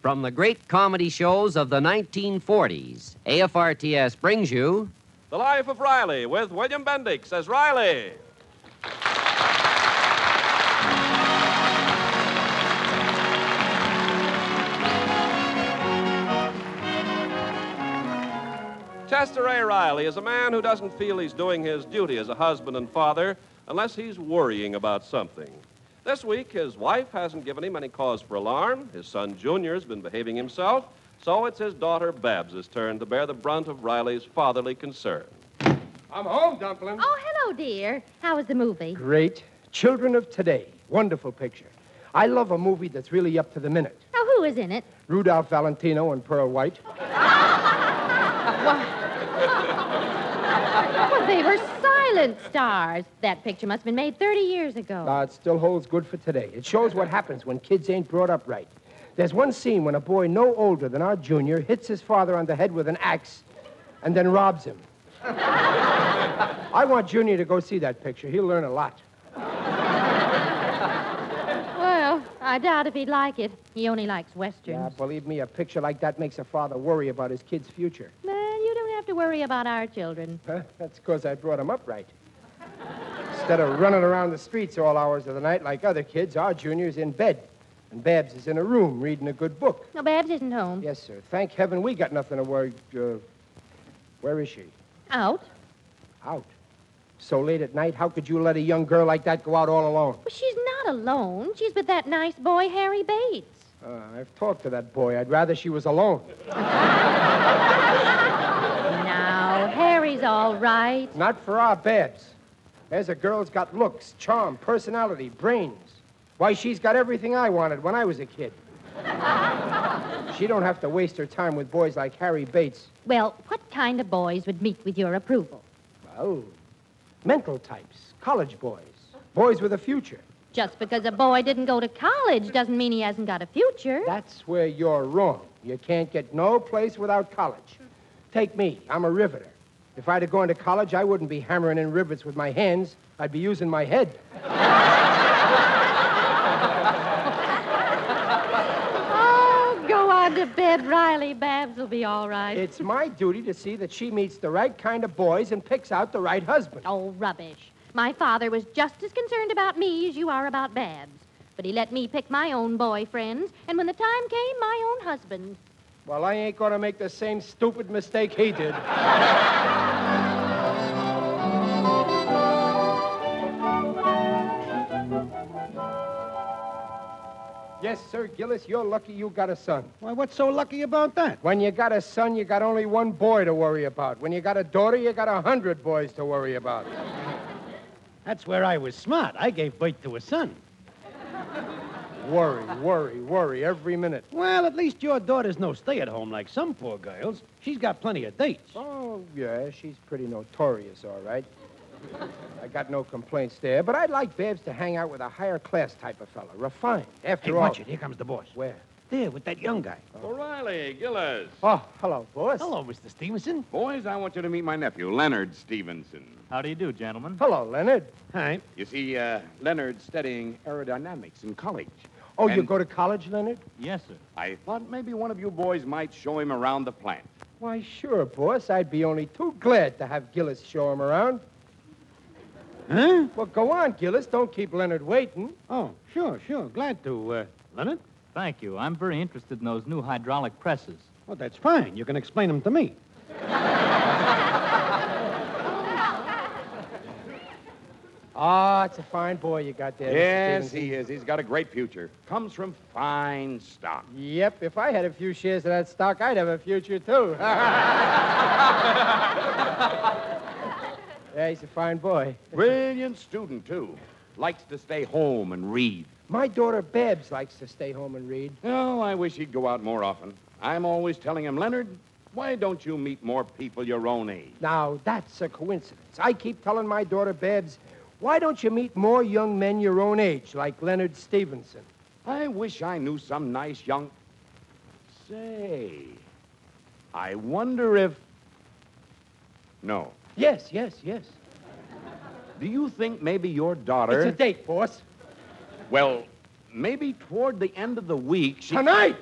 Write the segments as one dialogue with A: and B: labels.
A: From the great comedy shows of the 1940s, AFRTS brings you
B: The Life of Riley with William Bendix as Riley. Chester A. Riley is a man who doesn't feel he's doing his duty as a husband and father unless he's worrying about something. This week, his wife hasn't given him any cause for alarm. His son, Junior, has been behaving himself. So it's his daughter, Babs' turn to bear the brunt of Riley's fatherly concern.
C: I'm home, Dumpling.
D: Oh, hello, dear. How was the movie?
C: Great. Children of Today. Wonderful picture. I love a movie that's really up to the minute.
D: Now, who is in it?
C: Rudolph Valentino and Pearl White.
D: Well, they were silent stars. That picture must have been made 30 years ago.
C: Uh, it still holds good for today. It shows what happens when kids ain't brought up right. There's one scene when a boy no older than our junior hits his father on the head with an axe and then robs him. I want Junior to go see that picture. He'll learn a lot.
D: well, I doubt if he'd like it. He only likes
C: Yeah,
D: westerns.
C: believe me, a picture like that makes a father worry about his kid's future.
D: Well, you don't have to worry about our children.
C: Huh? That's 'cause I brought him up right. Instead of running around the streets all hours of the night like other kids, our junior's in bed. And Babs is in a room reading a good book.
D: No, Babs isn't home.
C: Yes, sir. Thank heaven we got nothing to worry. Uh, where is she?
D: Out?
C: Out. So late at night, how could you let a young girl like that go out all alone?
D: Well, she's not alone. She's with that nice boy, Harry Bates.
C: Uh, I've talked to that boy. I'd rather she was alone.
D: Now, Harry's all right.
C: Not for our Babs. There's a girl's got looks, charm, personality, brains. Why, she's got everything I wanted when I was a kid. she don't have to waste her time with boys like Harry Bates.
D: Well, what kind of boys would meet with your approval?
C: Well, Oh, mental types, college boys, boys with a future.
D: Just because a boy didn't go to college doesn't mean he hasn't got a future.
C: That's where you're wrong. You can't get no place without college. Take me. I'm a riveter. If I'd have gone to college, I wouldn't be hammering in rivets with my hands. I'd be using my head.
D: Oh, go on to bed, Riley. Babs will be all right.
C: It's my duty to see that she meets the right kind of boys and picks out the right husband.
D: Oh, rubbish. My father was just as concerned about me as you are about Babs. But he let me pick my own boyfriends, and when the time came, my own husband.
C: Well, I ain't gonna make the same stupid mistake he did. yes, sir, Gillis, you're lucky you got a son.
E: Why, what's so lucky about that?
C: When you got a son, you got only one boy to worry about. When you got a daughter, you got a hundred boys to worry about.
E: That's where I was smart. I gave birth to a son.
C: Worry, worry, worry every minute.
E: Well, at least your daughter's no stay at home like some poor girls. She's got plenty of dates.
C: Oh, yeah, she's pretty notorious, all right. I got no complaints there, but I'd like Babs to hang out with a higher class type of fella, refined. After
E: Hey,
C: all.
E: watch it. Here comes the boss.
C: Where?
E: There, with that young guy.
F: O'Reilly, Gillis.
C: Oh, hello, boss.
E: Hello, Mr. Stevenson.
F: Boys, I want you to meet my nephew, Leonard Stevenson.
G: How do you do, gentlemen?
C: Hello, Leonard.
E: Hi.
F: You see, uh, Leonard's studying aerodynamics in college.
C: Oh, you
F: And-
C: go to college, Leonard?
G: Yes, sir.
F: I thought maybe one of you boys might show him around the plant.
C: Why, sure, boss. I'd be only too glad to have Gillis show him around.
E: Huh?
C: Well, go on, Gillis. Don't keep Leonard waiting.
E: Oh, sure, sure. Glad to. Uh, Leonard?
G: Thank you. I'm very interested in those new hydraulic presses.
E: Well, Oh, that's fine. You can explain them to me.
C: Ah, it's a fine boy you got there. Mr.
F: yes,
C: Stevenson.
F: he is. He's got a great future. Comes from fine stock.
C: Yep, if I had a few shares of that stock, I'd have a future too.
F: Ah.
C: yeah, he's a fine boy.
F: Brilliant student, too. Likes to stay home and read.
C: My daughter Babs likes to stay home and read.
F: Oh, I wish he'd go out more often. I'm always telling him, Leonard, why don't you meet more people your own age?
C: Now, that's a coincidence. I keep telling my daughter Babs, why don't you meet more young men your own age, like Leonard Stevenson?
F: I wish I knew some nice young. Say, I wonder if. No.
C: Yes, yes, yes.
F: Do you think maybe your
C: It's
F: daughter.
C: a date, boss.
F: Well, maybe toward the end of the week she.
C: Tonight!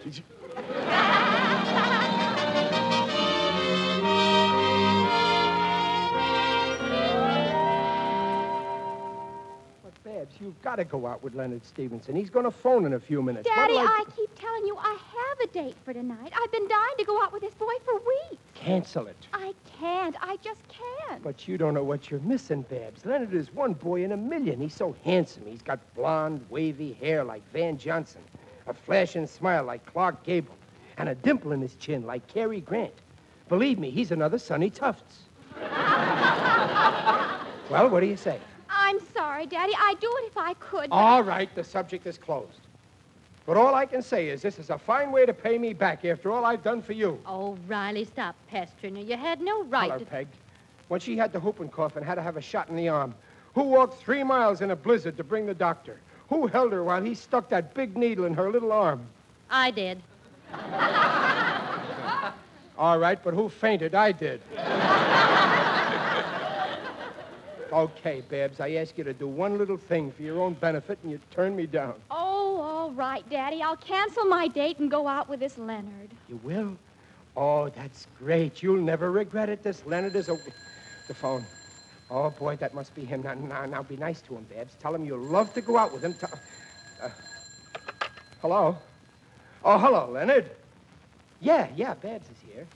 C: you've got to go out with Leonard Stevenson. He's going to phone in a few minutes.
H: Daddy,
C: What'll
H: I keep telling you I have a date for tonight. I've been dying to go out with this boy for weeks.
C: Cancel it.
H: I can't. I just can't.
C: But you don't know what you're missing, Babs. Leonard is one boy in a million. He's so handsome. He's got blonde, wavy hair like Van Johnson, a flashing smile like Clark Gable, and a dimple in his chin like Cary Grant. Believe me, he's another Sonny Tufts. well, what do you say?
H: I'm sorry, Daddy. I'd do it if I could. but-
C: All right, the subject is closed. But all I can say is this is a fine way to pay me back after all I've done for you.
H: Oh, Riley, stop pestering her. You had no right
C: Tell her,
H: to.
C: Peg. When she had the whooping cough and had to have a shot in the arm, who walked three miles in a blizzard to bring the doctor? Who held her while he stuck that big needle in her little arm?
H: I did.
C: All right, but who fainted? I did. okay, Babs, I ask you to do one little thing for your own benefit, and you turn me down.
H: Oh, all right, Daddy. I'll cancel my date and go out with this Leonard.
C: You will? Oh, that's great. You'll never regret it. This Leonard is a. The phone. Oh, boy, that must be him. Now, now, now be nice to him, Babs. Tell him you'll love to go out with him. Tell... Uh, hello? Oh, hello, Leonard. Yeah, yeah, Babs is here.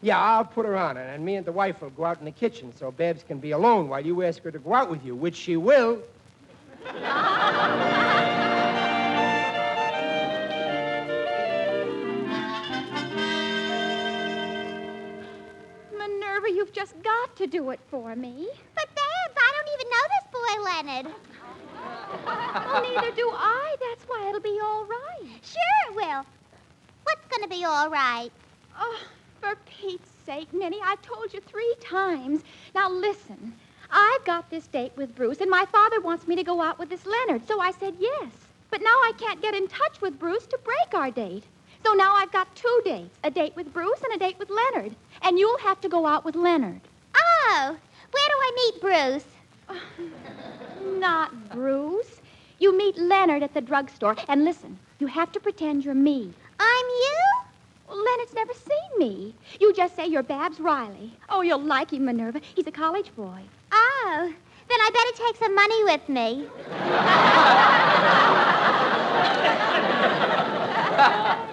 C: Yeah, I'll put her on, and me and the wife will go out in the kitchen so Babs can be alone while you ask her to go out with you, which she will.
I: Minerva, you've just got to do it for me. But, Babs, I don't even know this boy, Leonard.
H: Well, neither do I. That's why it'll be all right.
I: Sure it will. What's going to be all right?
H: Oh, for Pete's sake, Minnie, I've told you three times. Now, listen. I've got this date with Bruce, and my father wants me to go out with this Leonard, so I said yes. But now I can't get in touch with Bruce to break our date. So now I've got two dates a date with Bruce and a date with Leonard. And you'll have to go out with Leonard.
I: Oh, where do I meet Bruce?
H: Not Bruce. You meet Leonard at the drugstore, and listen, you have to pretend you're me.
I: I'm you?
H: Well, Leonard's never seen me. You just say you're Babs Riley. Oh, you'll like him, Minerva. He's a college boy.
I: Oh, then I better take some money with me.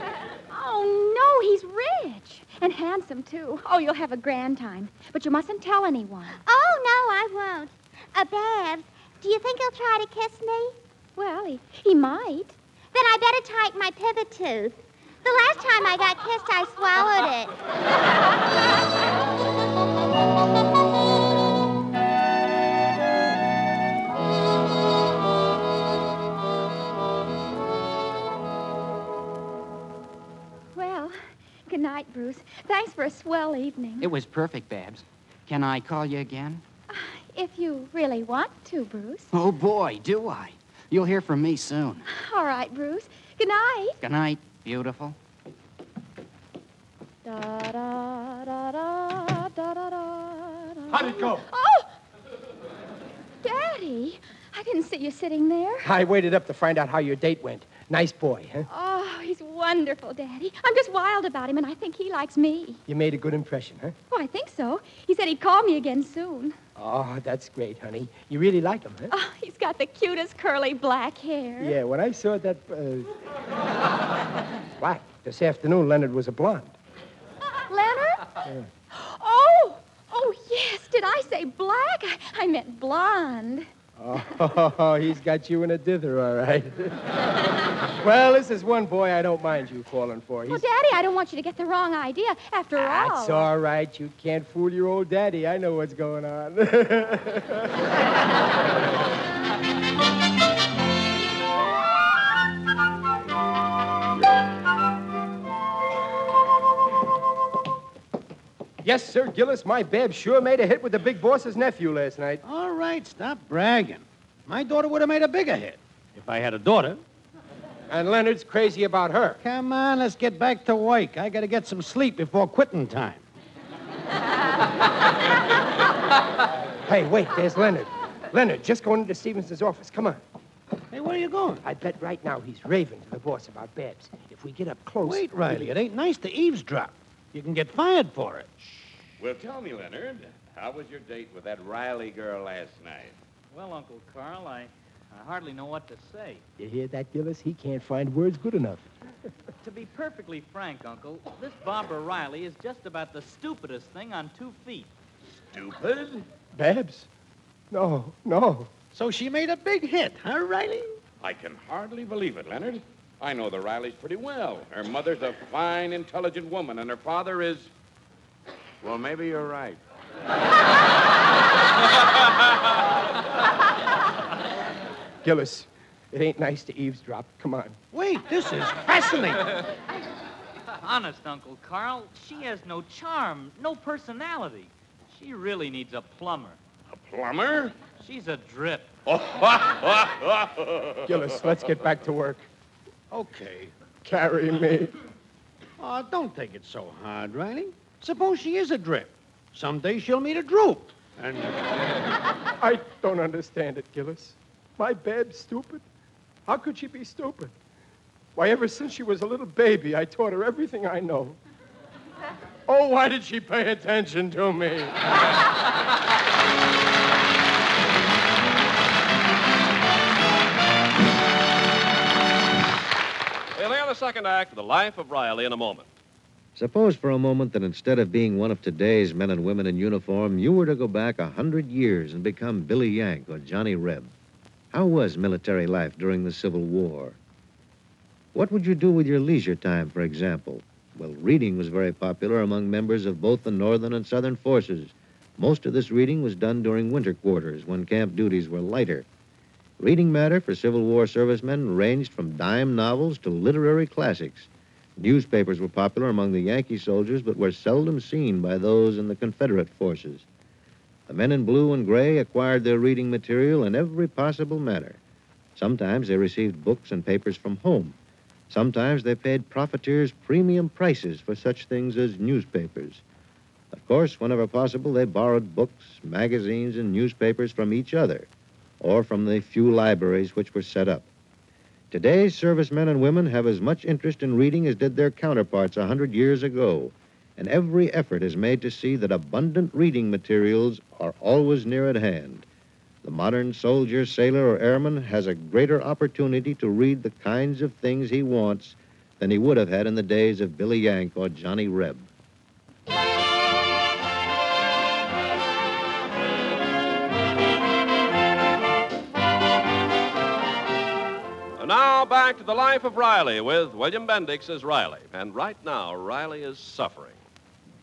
H: Oh, no, he's rich and handsome, too. Oh, you'll have a grand time. But you mustn't tell anyone.
I: Oh, no, I won't. Uh, Babs, do you think he'll try to kiss me?
H: Well, he, he might.
I: Then I better tighten my pivot tooth. The last time I got kissed, I swallowed it.
H: Well, good night, Bruce. Thanks for a swell evening.
J: It was perfect, Babs. Can I call you again?
H: If you really want to, Bruce.
J: Oh, boy, do I. You'll hear from me soon.
H: All right, Bruce. Good night.
J: Good night, beautiful.
H: Da da da da da da da.
K: How'd it go?
H: Oh! Daddy, I didn't see you sitting there.
C: I waited up to find out how your date went. Nice boy, huh?
H: Oh, he's wonderful, Daddy. I'm just wild about him, and I think he likes me.
C: You made a good impression, huh?
H: Oh, I think so. He said he'd call me again soon.
C: Oh, that's great, honey. You really like him, huh?
H: Oh, he's got the cutest curly black hair.
C: Yeah, when I saw that. Uh... black. This afternoon, Leonard was a blonde.
H: Leonard? Oh! Oh, yes. Did I say black? I, I meant blonde.
C: Oh, he's got you in a dither, all right. well, this is one boy I don't mind you calling for.
H: Well,
C: He's.
H: Daddy, I don't want you to get the wrong idea. After all.
C: That's all right. You can't fool your old daddy. I know what's going on. yes, sir, Gillis. My Bab sure made a hit with the big boss's nephew last night.
K: All right, stop bragging. My daughter would have made a bigger hit if I had a daughter.
C: And Leonard's crazy about her.
K: Come on, let's get back to work. I got to get some sleep before quitting time.
C: Hey, wait, there's Leonard. Leonard, just going into Stevenson's office. Come on.
K: Hey, where are you going?
C: I bet right now he's raving to the boss about Babs. If we get up close.
K: Wait, Riley, it ain't nice to eavesdrop. You can get fired for it.
F: Well, tell me, Leonard, how was your date with that Riley girl last night?
E: Well, Uncle Carl, I, I hardly know what to say.
C: You hear that, Gillis? He can't find words good enough.
E: To be perfectly frank, Uncle, this Barbara Riley is just about the stupidest thing on two feet.
F: Stupid?
K: Babs.
C: No, no.
K: So she made a big hit, huh, Riley?
F: I can hardly believe it, Leonard. I know the Rileys pretty well. Her mother's a fine, intelligent woman, and her father is. Well, maybe you're right.
C: Gillis, it ain't nice to eavesdrop. Come on.
K: Wait, this is fascinating.
E: Honest, Uncle Carl, she has no charm, no personality. She really needs a plumber.
F: A plumber?
E: She's a drip.
C: Gillis, let's get back to work.
K: Okay.
C: Carry me.
K: Oh, don't take it so hard, Riley. Suppose she is a drip. Someday she'll meet a droop. And
C: I don't understand it, Gillis. My Bab's stupid. How could she be stupid? Why, ever since she was a little baby, I taught her everything I know. Oh, why did she pay attention to me?
B: We'll hear the second act of The Life of Riley in a moment.
L: Suppose for a moment that instead of being one of today's men and women in uniform, you were to go back a hundred years and become Billy Yank or Johnny Reb. How was military life during the Civil War? What would you do with your leisure time, for example? Well, reading was very popular among members of both the Northern and Southern forces. Most of this reading was done during winter quarters when camp duties were lighter. Reading matter for Civil War servicemen ranged from dime novels to literary classics. Newspapers were popular among the Yankee soldiers, but were seldom seen by those in the Confederate forces. The men in blue and gray acquired their reading material in every possible manner. Sometimes they received books and papers from home. Sometimes they paid profiteers premium prices for such things as newspapers. Of course, whenever possible, they borrowed books, magazines, and newspapers from each other or from the few libraries which were set up. Today's servicemen and women have as much interest in reading as did their counterparts a hundred years ago, and every effort is made to see that abundant reading materials are always near at hand. The modern soldier, sailor, or airman has a greater opportunity to read the kinds of things he wants than he would have had in the days of Billy Yank or Johnny Reb.
B: And now back to The Life of Riley with William Bendix as Riley. And right now, Riley is suffering.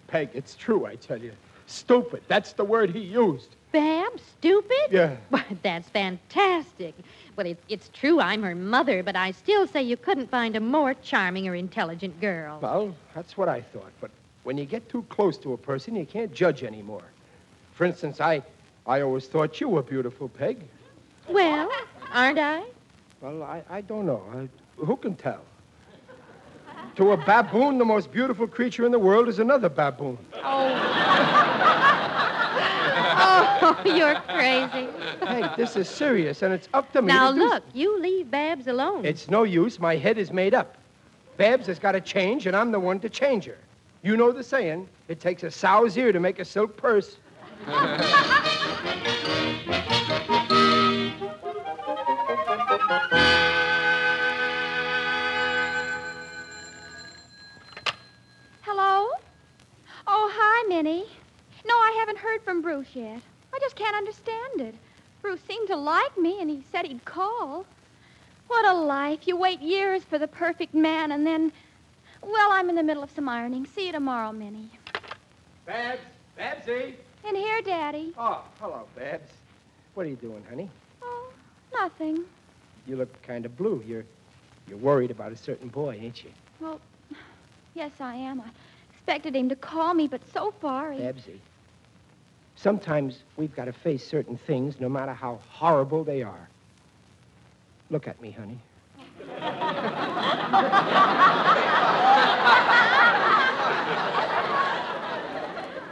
C: Peg, it's true, I tell you. Stupid. That's the word he used.
D: Bab, stupid?
C: Yeah.
D: Why, that's fantastic. Well, it, it's true I'm her mother, but I still say you couldn't find a more charming or intelligent girl.
C: Well, that's what I thought. But when you get too close to a person, you can't judge anymore. For instance, I, I always thought you were beautiful, Peg.
D: Well, aren't I?
C: Well, I, I don't know. I, who can tell? To a baboon, the most beautiful creature in the world is another baboon.
D: Oh, you're crazy.
C: Peg, this is serious, and it's up to me.
D: Now
C: to do-
D: look, you leave Babs alone.
C: It's no use. My head is made up. Babs has got to change, and I'm the one to change her. You know the saying it takes a sow's ear to make a silk purse.
H: Hello? Oh, hi, Minnie. No, I haven't heard from Bruce yet. I just can't understand it. Bruce seemed to like me, and he said he'd call. What a life. You wait years for the perfect man, and then. Well, I'm in the middle of some ironing. See you tomorrow, Minnie.
C: Babs, Babsy.
H: In here, Daddy.
C: Oh, hello, Babs. What are you doing, honey?
H: Oh, nothing.
C: You look kind of blue. You're, you're worried about a certain boy, ain't you,
H: Well, yes, I am. I expected him to call me, but so far he.
C: Babsy? Sometimes we've got to face certain things, no matter how horrible they are. Look at me, honey.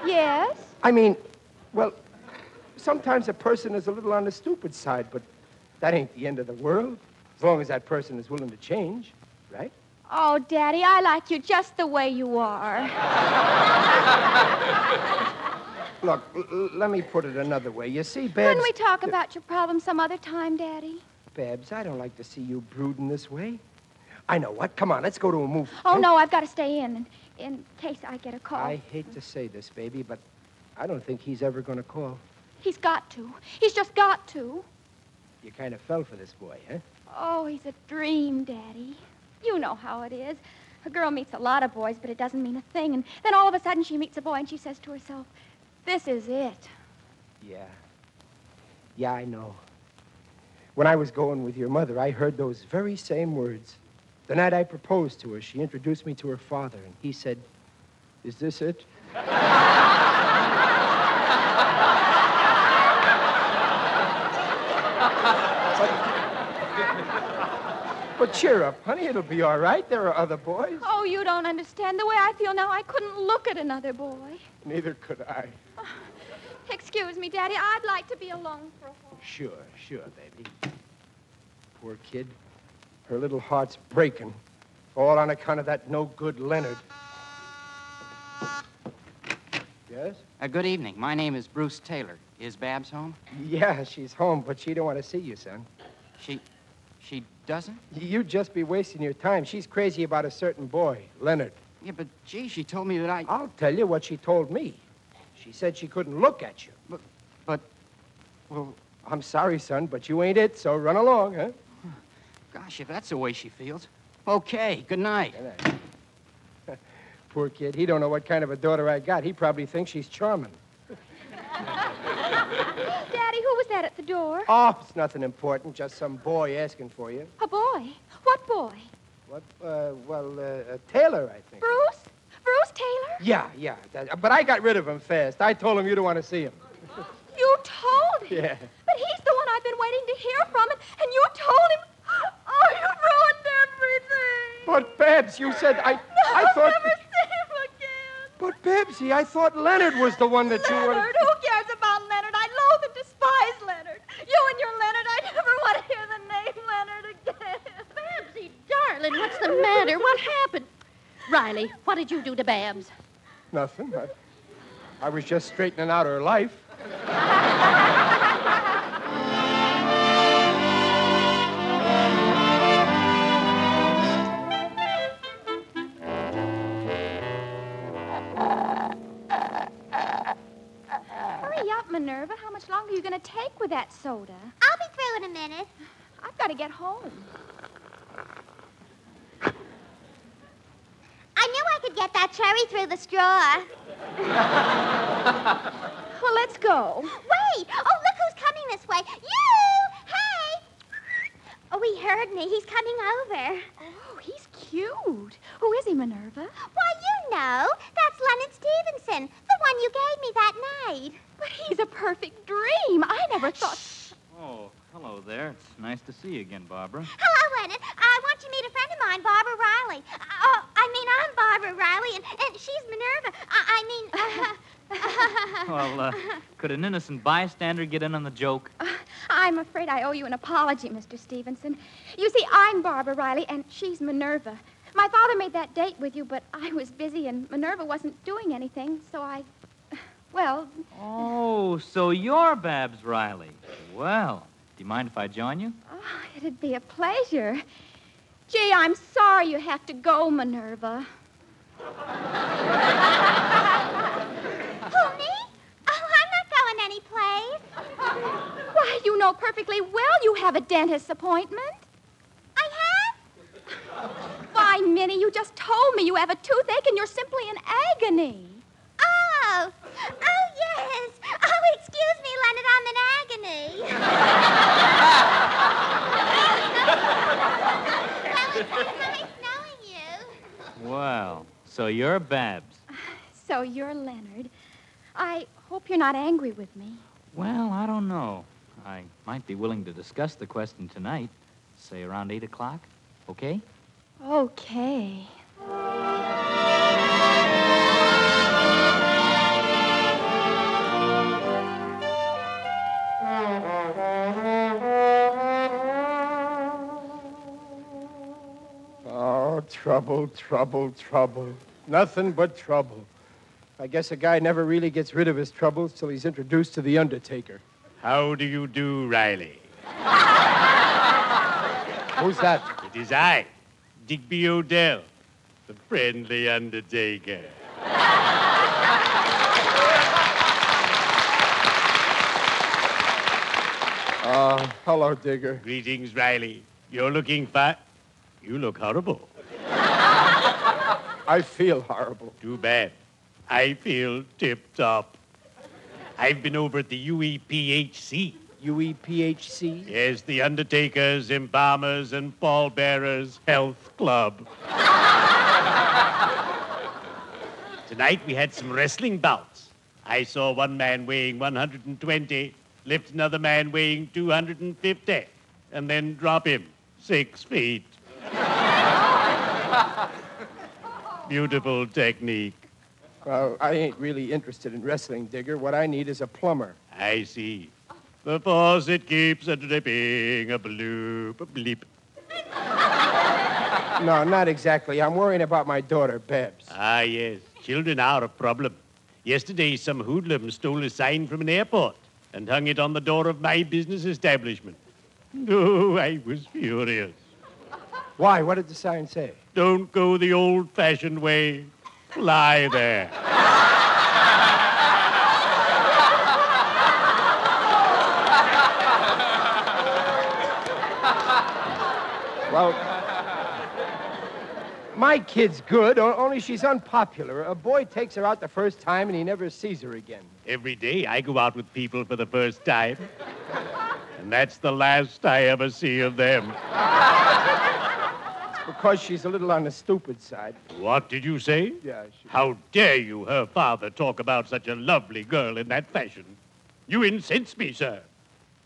H: Yes?
C: I mean, well, sometimes a person is a little on the stupid side, but that ain't the end of the world, as long as that person is willing to change, right?
H: Oh, Daddy, I like you just the way you are.
C: Look, l- l- let me put it another way. You see, Babs.
H: Couldn't we talk about your problem some other time, Daddy?
C: Babs, I don't like to see you brooding this way. I know what. Come on, let's go to a movie.
H: Oh, no, I've got to stay in in, in case I get a call.
C: I hate to say this, baby, but I don't think he's ever going to call.
H: He's got to. He's just got to.
C: You kind of fell for this boy, huh?
H: Oh, he's a dream, Daddy. You know how it is. A girl meets a lot of boys, but it doesn't mean a thing. And then all of a sudden she meets a boy and she says to herself, This is it.
C: Yeah. Yeah, I know. When I was going with your mother, I heard those very same words. The night I proposed to her, she introduced me to her father, and he said, Is this it? But cheer up, honey. It'll be all right. There are other boys.
H: Oh, you don't understand. The way I feel now, I couldn't look at another boy.
C: Neither could I.
H: Excuse me, Daddy. I'd like to be alone for a while.
C: Sure, sure, baby. Poor kid. Her little heart's breaking. All on account of that no good Leonard. Yes?
J: Uh, good evening. My name is Bruce Taylor. Is Babs home?
C: Yeah, she's home, but she don't want to see you, son.
J: She. she doesn't?
C: You'd just be wasting your time. She's crazy about a certain boy, Leonard.
J: Yeah, but gee, she told me that I.
C: I'll tell you what she told me. She said she couldn't look at you.
J: But. but. well,
C: I'm sorry, son, but you ain't it, so run along, huh?
J: gosh, if that's the way she feels. Okay, good night.
C: Good night. Poor kid. He don't know what kind of a daughter I got. He probably thinks she's charming.
H: Daddy, who was that at the door?
C: Oh, it's nothing important. Just some boy asking for you.
H: A boy? What boy?
C: What? Uh, well, uh, uh, Taylor, I think.
H: Bruce? Bruce Taylor?
C: Yeah, yeah. that- but I got rid of him fast. I told him you don't want to see him.
H: You told him.
C: Yeah.
H: But he's the one I've been waiting to hear from, and, and you told him. Oh, you ruined everything.
C: But Babs, you said I.
H: No,
C: I thought.
H: I'll never see him again.
C: But Babsy, I thought Leonard was the one that you wanted.
H: Leonard, who cares about Leonard? I loathe and despise Leonard. You and your Leonard, I never want to hear the name Leonard again.
D: Babsy, darling, what's the matter? What happened? Riley, what did you do to Babs?
C: Nothing. I, I was just straightening out her life.
H: Hurry up, Minerva. How much longer are you going to take with that soda?
I: I'll be through in a minute.
H: I've got to get home.
I: I knew I could get that cherry through the straw.
H: Well, let's go.
I: Wait! Oh, look who's coming this way. You! Hey! Oh, he heard me. He's coming over.
H: Oh, he's cute. Who is he, Minerva?
I: Why, you know. That's Leonard Stevenson, the one you gave me that night.
H: But he's a perfect dream. I never thought.
E: Oh, hello there. It's nice to see you again, Barbara.
I: Hello, Leonard. I want you to meet a friend of mine, Barbara Riley. Oh, I mean, I'm Barbara Riley, and, and she's Minerva. I, I mean, uh,
E: Well, uh, could an innocent bystander get in on the joke?
H: I'm afraid I owe you an apology, Mr. Stevenson. You see, I'm Barbara Riley, and she's Minerva. My father made that date with you, but I was busy, and Minerva wasn't doing anything, so I. Well,
E: Oh, so you're Babs Riley. Well, do you mind if I join you?
H: oh, it'd be a pleasure. Gee, I'm sorry you have to go, Minerva.
I: who, me? Oh, I'm not going anyplace.
H: Why, you know perfectly well you have a dentist's appointment.
I: I have?
H: Why, Minnie, you just told me you have a toothache and you're simply in agony.
I: Oh! Oh, yes. Oh, excuse me, Leonard. I'm in agony. well, it's been nice knowing you.
E: Well, so you're Babs.
H: So you're Leonard. I hope you're not angry with me.
E: Well, I don't know. I might be willing to discuss the question tonight, say around 8 o'clock. Okay?
H: Okay.
C: Oh, trouble, trouble, trouble. Nothing but trouble. I guess a guy never really gets rid of his troubles till he's introduced to the undertaker.
K: How do you do, Riley?
C: Who's that?
M: It is I, Digby Odell, the friendly undertaker.
C: Uh, hello, Digger.
M: Greetings, Riley. You're looking fine. You look horrible.
C: I feel horrible.
M: Too bad. I feel tip top. I've been over at the E UEPHC.
N: UEPHC?
M: Yes, the Undertakers, Embalmers, and Pallbearers Health Club. Tonight we had some wrestling bouts. I saw one man weighing 120 lift another man weighing 250 and then drop him six feet. Beautiful technique.
C: Well, I ain't really interested in wrestling, Digger. What I need is a plumber.
M: I see. The faucet keeps a dripping, a bloop, a bleep.
C: No, not exactly. I'm worrying about my daughter, Babs.
M: Ah, yes. Children are a problem. Yesterday, some hoodlum stole a sign from an airport and hung it on the door of my business establishment. Oh, I was furious.
C: Why? What did the sign say?
M: Don't go the old fashioned way. Fly there.
C: Well,
N: My kid's good, o- only she's unpopular. A boy takes her out the first time and he never sees her again.
M: Every day I go out with people for the first time. And that's the last I ever see of them.
C: it's because she's a little on the stupid side.
M: What did you say?
C: Yeah,
M: How dare you, her father, talk about such a lovely girl in that fashion? You incense me, sir.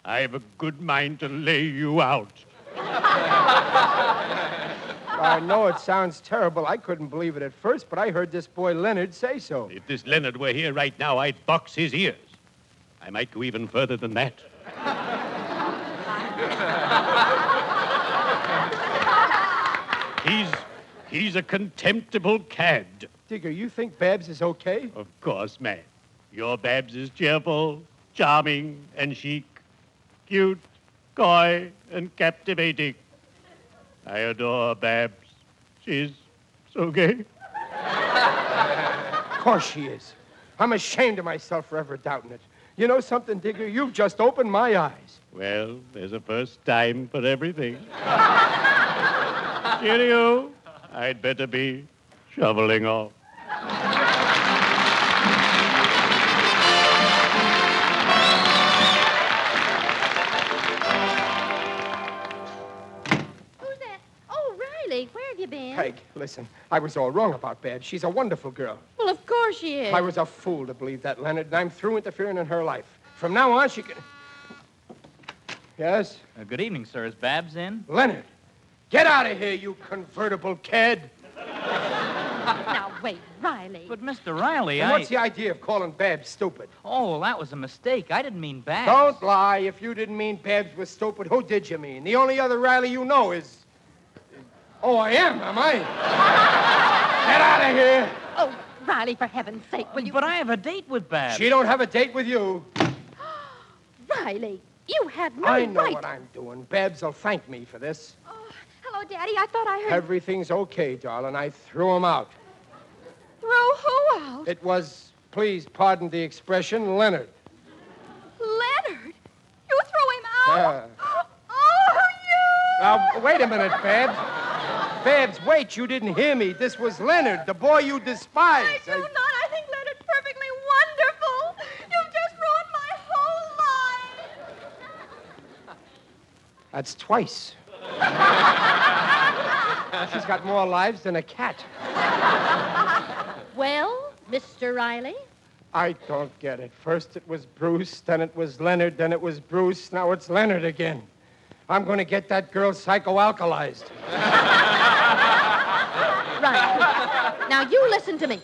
M: I have a good mind to lay you out.
C: I know it sounds terrible. I couldn't believe it at first, but I heard this boy Leonard say so.
M: If this Leonard were here right now, I'd box his ears. I might go even further than that. He's he's a contemptible cad.
C: Digger, you think Babs is okay?
M: Of course, man. Your Babs is cheerful, charming, and chic, cute, coy, and captivating. I adore Babs. She's so gay.
C: Of course she is. I'm ashamed of myself for ever doubting it. You know something, Digger? You've just opened my eyes.
M: Well, there's a first time for everything. Cheerio. I'd better be shoveling off.
D: Who's that? Oh, Riley, where have you been?
C: Peg, listen, I was all wrong about Babs. She's a wonderful girl.
D: Well, of course she is.
C: I was a fool to believe that, Leonard, and I'm through interfering in her life. From now on, she can. Yes?
E: Uh, good evening, sir. Is Babs in?
C: Leonard, get out of here, you convertible cad.
D: Now, wait, Riley.
E: But, Mr. Riley,
C: And
E: I.
C: what's the idea of calling Babs stupid?
E: Oh, well, that was a mistake. I didn't mean Babs.
C: Don't lie. If you didn't mean Babs was stupid, who did you mean? The only other Riley you know is. Oh, I am, am I? Get out of here.
D: Oh, Riley, for heaven's sake, will you?
E: But I have a date with Babs.
C: She don't have a date with you.
D: Riley, you had no
C: I know
D: right.
C: what I'm doing. Babs will thank me for this.
O: Hello, Daddy. I thought
E: Oh.
O: I heard.
C: Everything's okay, darling. I threw him out.
O: Throw who out?
C: It was, please pardon the expression, Leonard.
O: Leonard. You throw him out? Oh,
C: Uh, now, wait a minute, Babs. Babs, wait, you didn't hear me. This was Leonard, the boy you despise.
O: I do not. I think Leonard's perfectly wonderful. You've just ruined my whole life.
C: That's twice. She's got more lives than a cat.
D: Well, Mr. Riley,
C: I don't get it. First it was Bruce, then it was Leonard, then it was Bruce, now it's Leonard again. I'm going to get that girl psychoalkalized.
D: Riley. now you listen to me.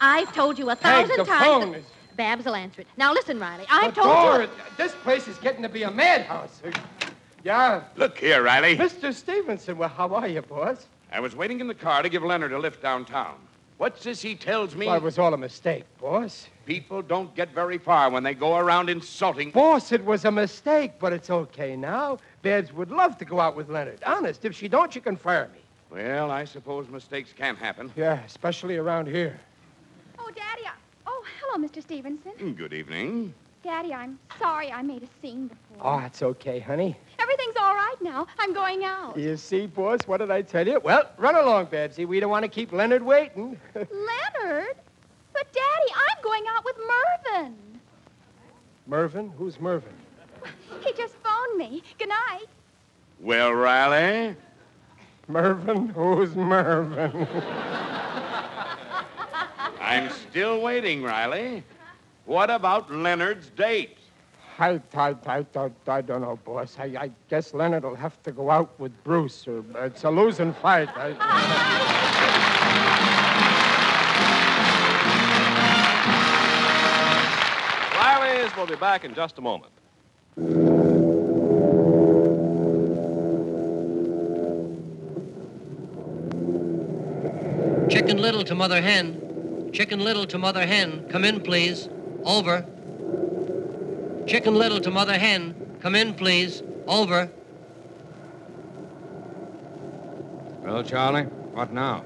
D: I've told you a
C: Peg,
D: thousand
C: the
D: times.
C: phone
D: that-
C: is-
D: Babs will answer it. Now listen, Riley. I've
C: The
D: told
C: door,
D: you.
C: it- This place is getting to be a madhouse. Yeah?
F: Look here, Riley.
C: Mr. Stevenson, well, how are you, boss?
F: I was waiting in the car to give Leonard a lift downtown. What's this he tells me?
C: Well, it was all a mistake, boss.
F: People don't get very far when they go around insulting.
C: Boss, it was a mistake, but it's okay now. Babs would love to go out with Leonard. Honest, if she don't, you can fire me.
F: Well, I suppose mistakes can happen.
C: Yeah, especially around here.
H: Oh, Daddy, I... Oh, hello, Mr. Stevenson.
F: Mm, Good evening.
H: Daddy, I'm sorry I made a scene before.
C: Oh, it's okay, honey.
H: Everything's all right now. I'm going out.
C: You see, boss, what did I tell you? Well, run along, Babsy. We don't want to keep Leonard waiting.
H: Leonard? But, Daddy, I'm going out with Mervyn.
C: Mervyn? Who's Mervyn?
H: He just phoned me. Good night.
F: Well, Riley?
C: Mervyn? Who's Mervyn?
F: I'm still waiting, Riley. What about Leonard's date?
C: I, I, I, I, I don't know, boss. I, I guess Leonard will have to go out with Bruce, or it's a losing fight. I...
B: Riley's will be back in just a moment.
A: Chicken little to mother hen. Chicken little to mother hen. Come in, please. Over. Chicken little to mother hen. Come in, please. Over.
P: Well, Charlie, what now?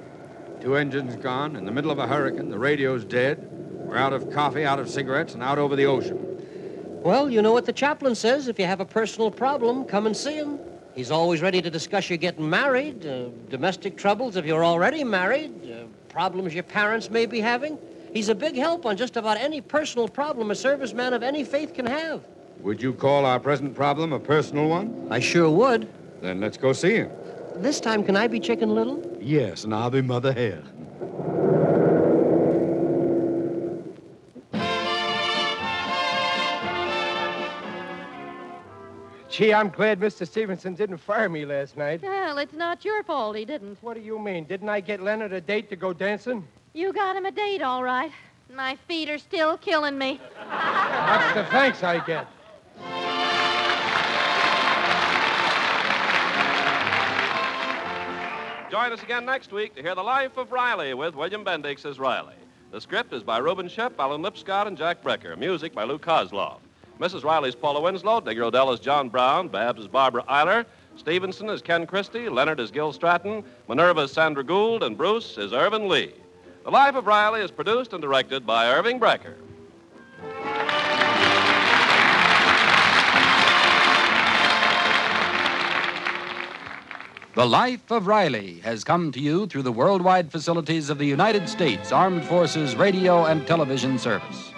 P: Two engines gone, in the middle of a hurricane, the radio's dead. We're out of coffee, out of cigarettes, and out over the ocean.
A: Well, you know what the chaplain says. If you have a personal problem, come and see him. He's always ready to discuss your getting married, uh, domestic troubles if you're already married, uh, problems your parents may be having. He's a big help on just about any personal problem a serviceman of any faith can have.
P: Would you call our present problem a personal one?
A: I sure would.
P: Then let's go see him.
A: This time, can I be Chicken Little?
P: Yes, and I'll be Mother Hare.
C: Gee, I'm glad Mr. Stevenson didn't fire me last night.
D: Well, it's not your fault he didn't.
C: What do you mean? Didn't I get Leonard a date to go dancing?
D: You got him a date, all right. My feet are still killing me.
C: That's the thanks I get.
B: Join us again next week to hear The Life of Riley with William Bendix as Riley. The script is by Reuben Shep, Alan Lipscott, and Jack Brecker. Music by Lou Kozlov. Mrs. Riley's Paula Winslow, Digger Odell is John Brown, Babs is Barbara Eiler, Stevenson is Ken Christie, Leonard is Gil Stratton, Minerva is Sandra Gould, and Bruce is Irvin Lee. The Life of Riley is produced and directed by Irving Brecker.
Q: The Life of Riley has come to you through the worldwide facilities of the United States Armed Forces Radio and Television Service.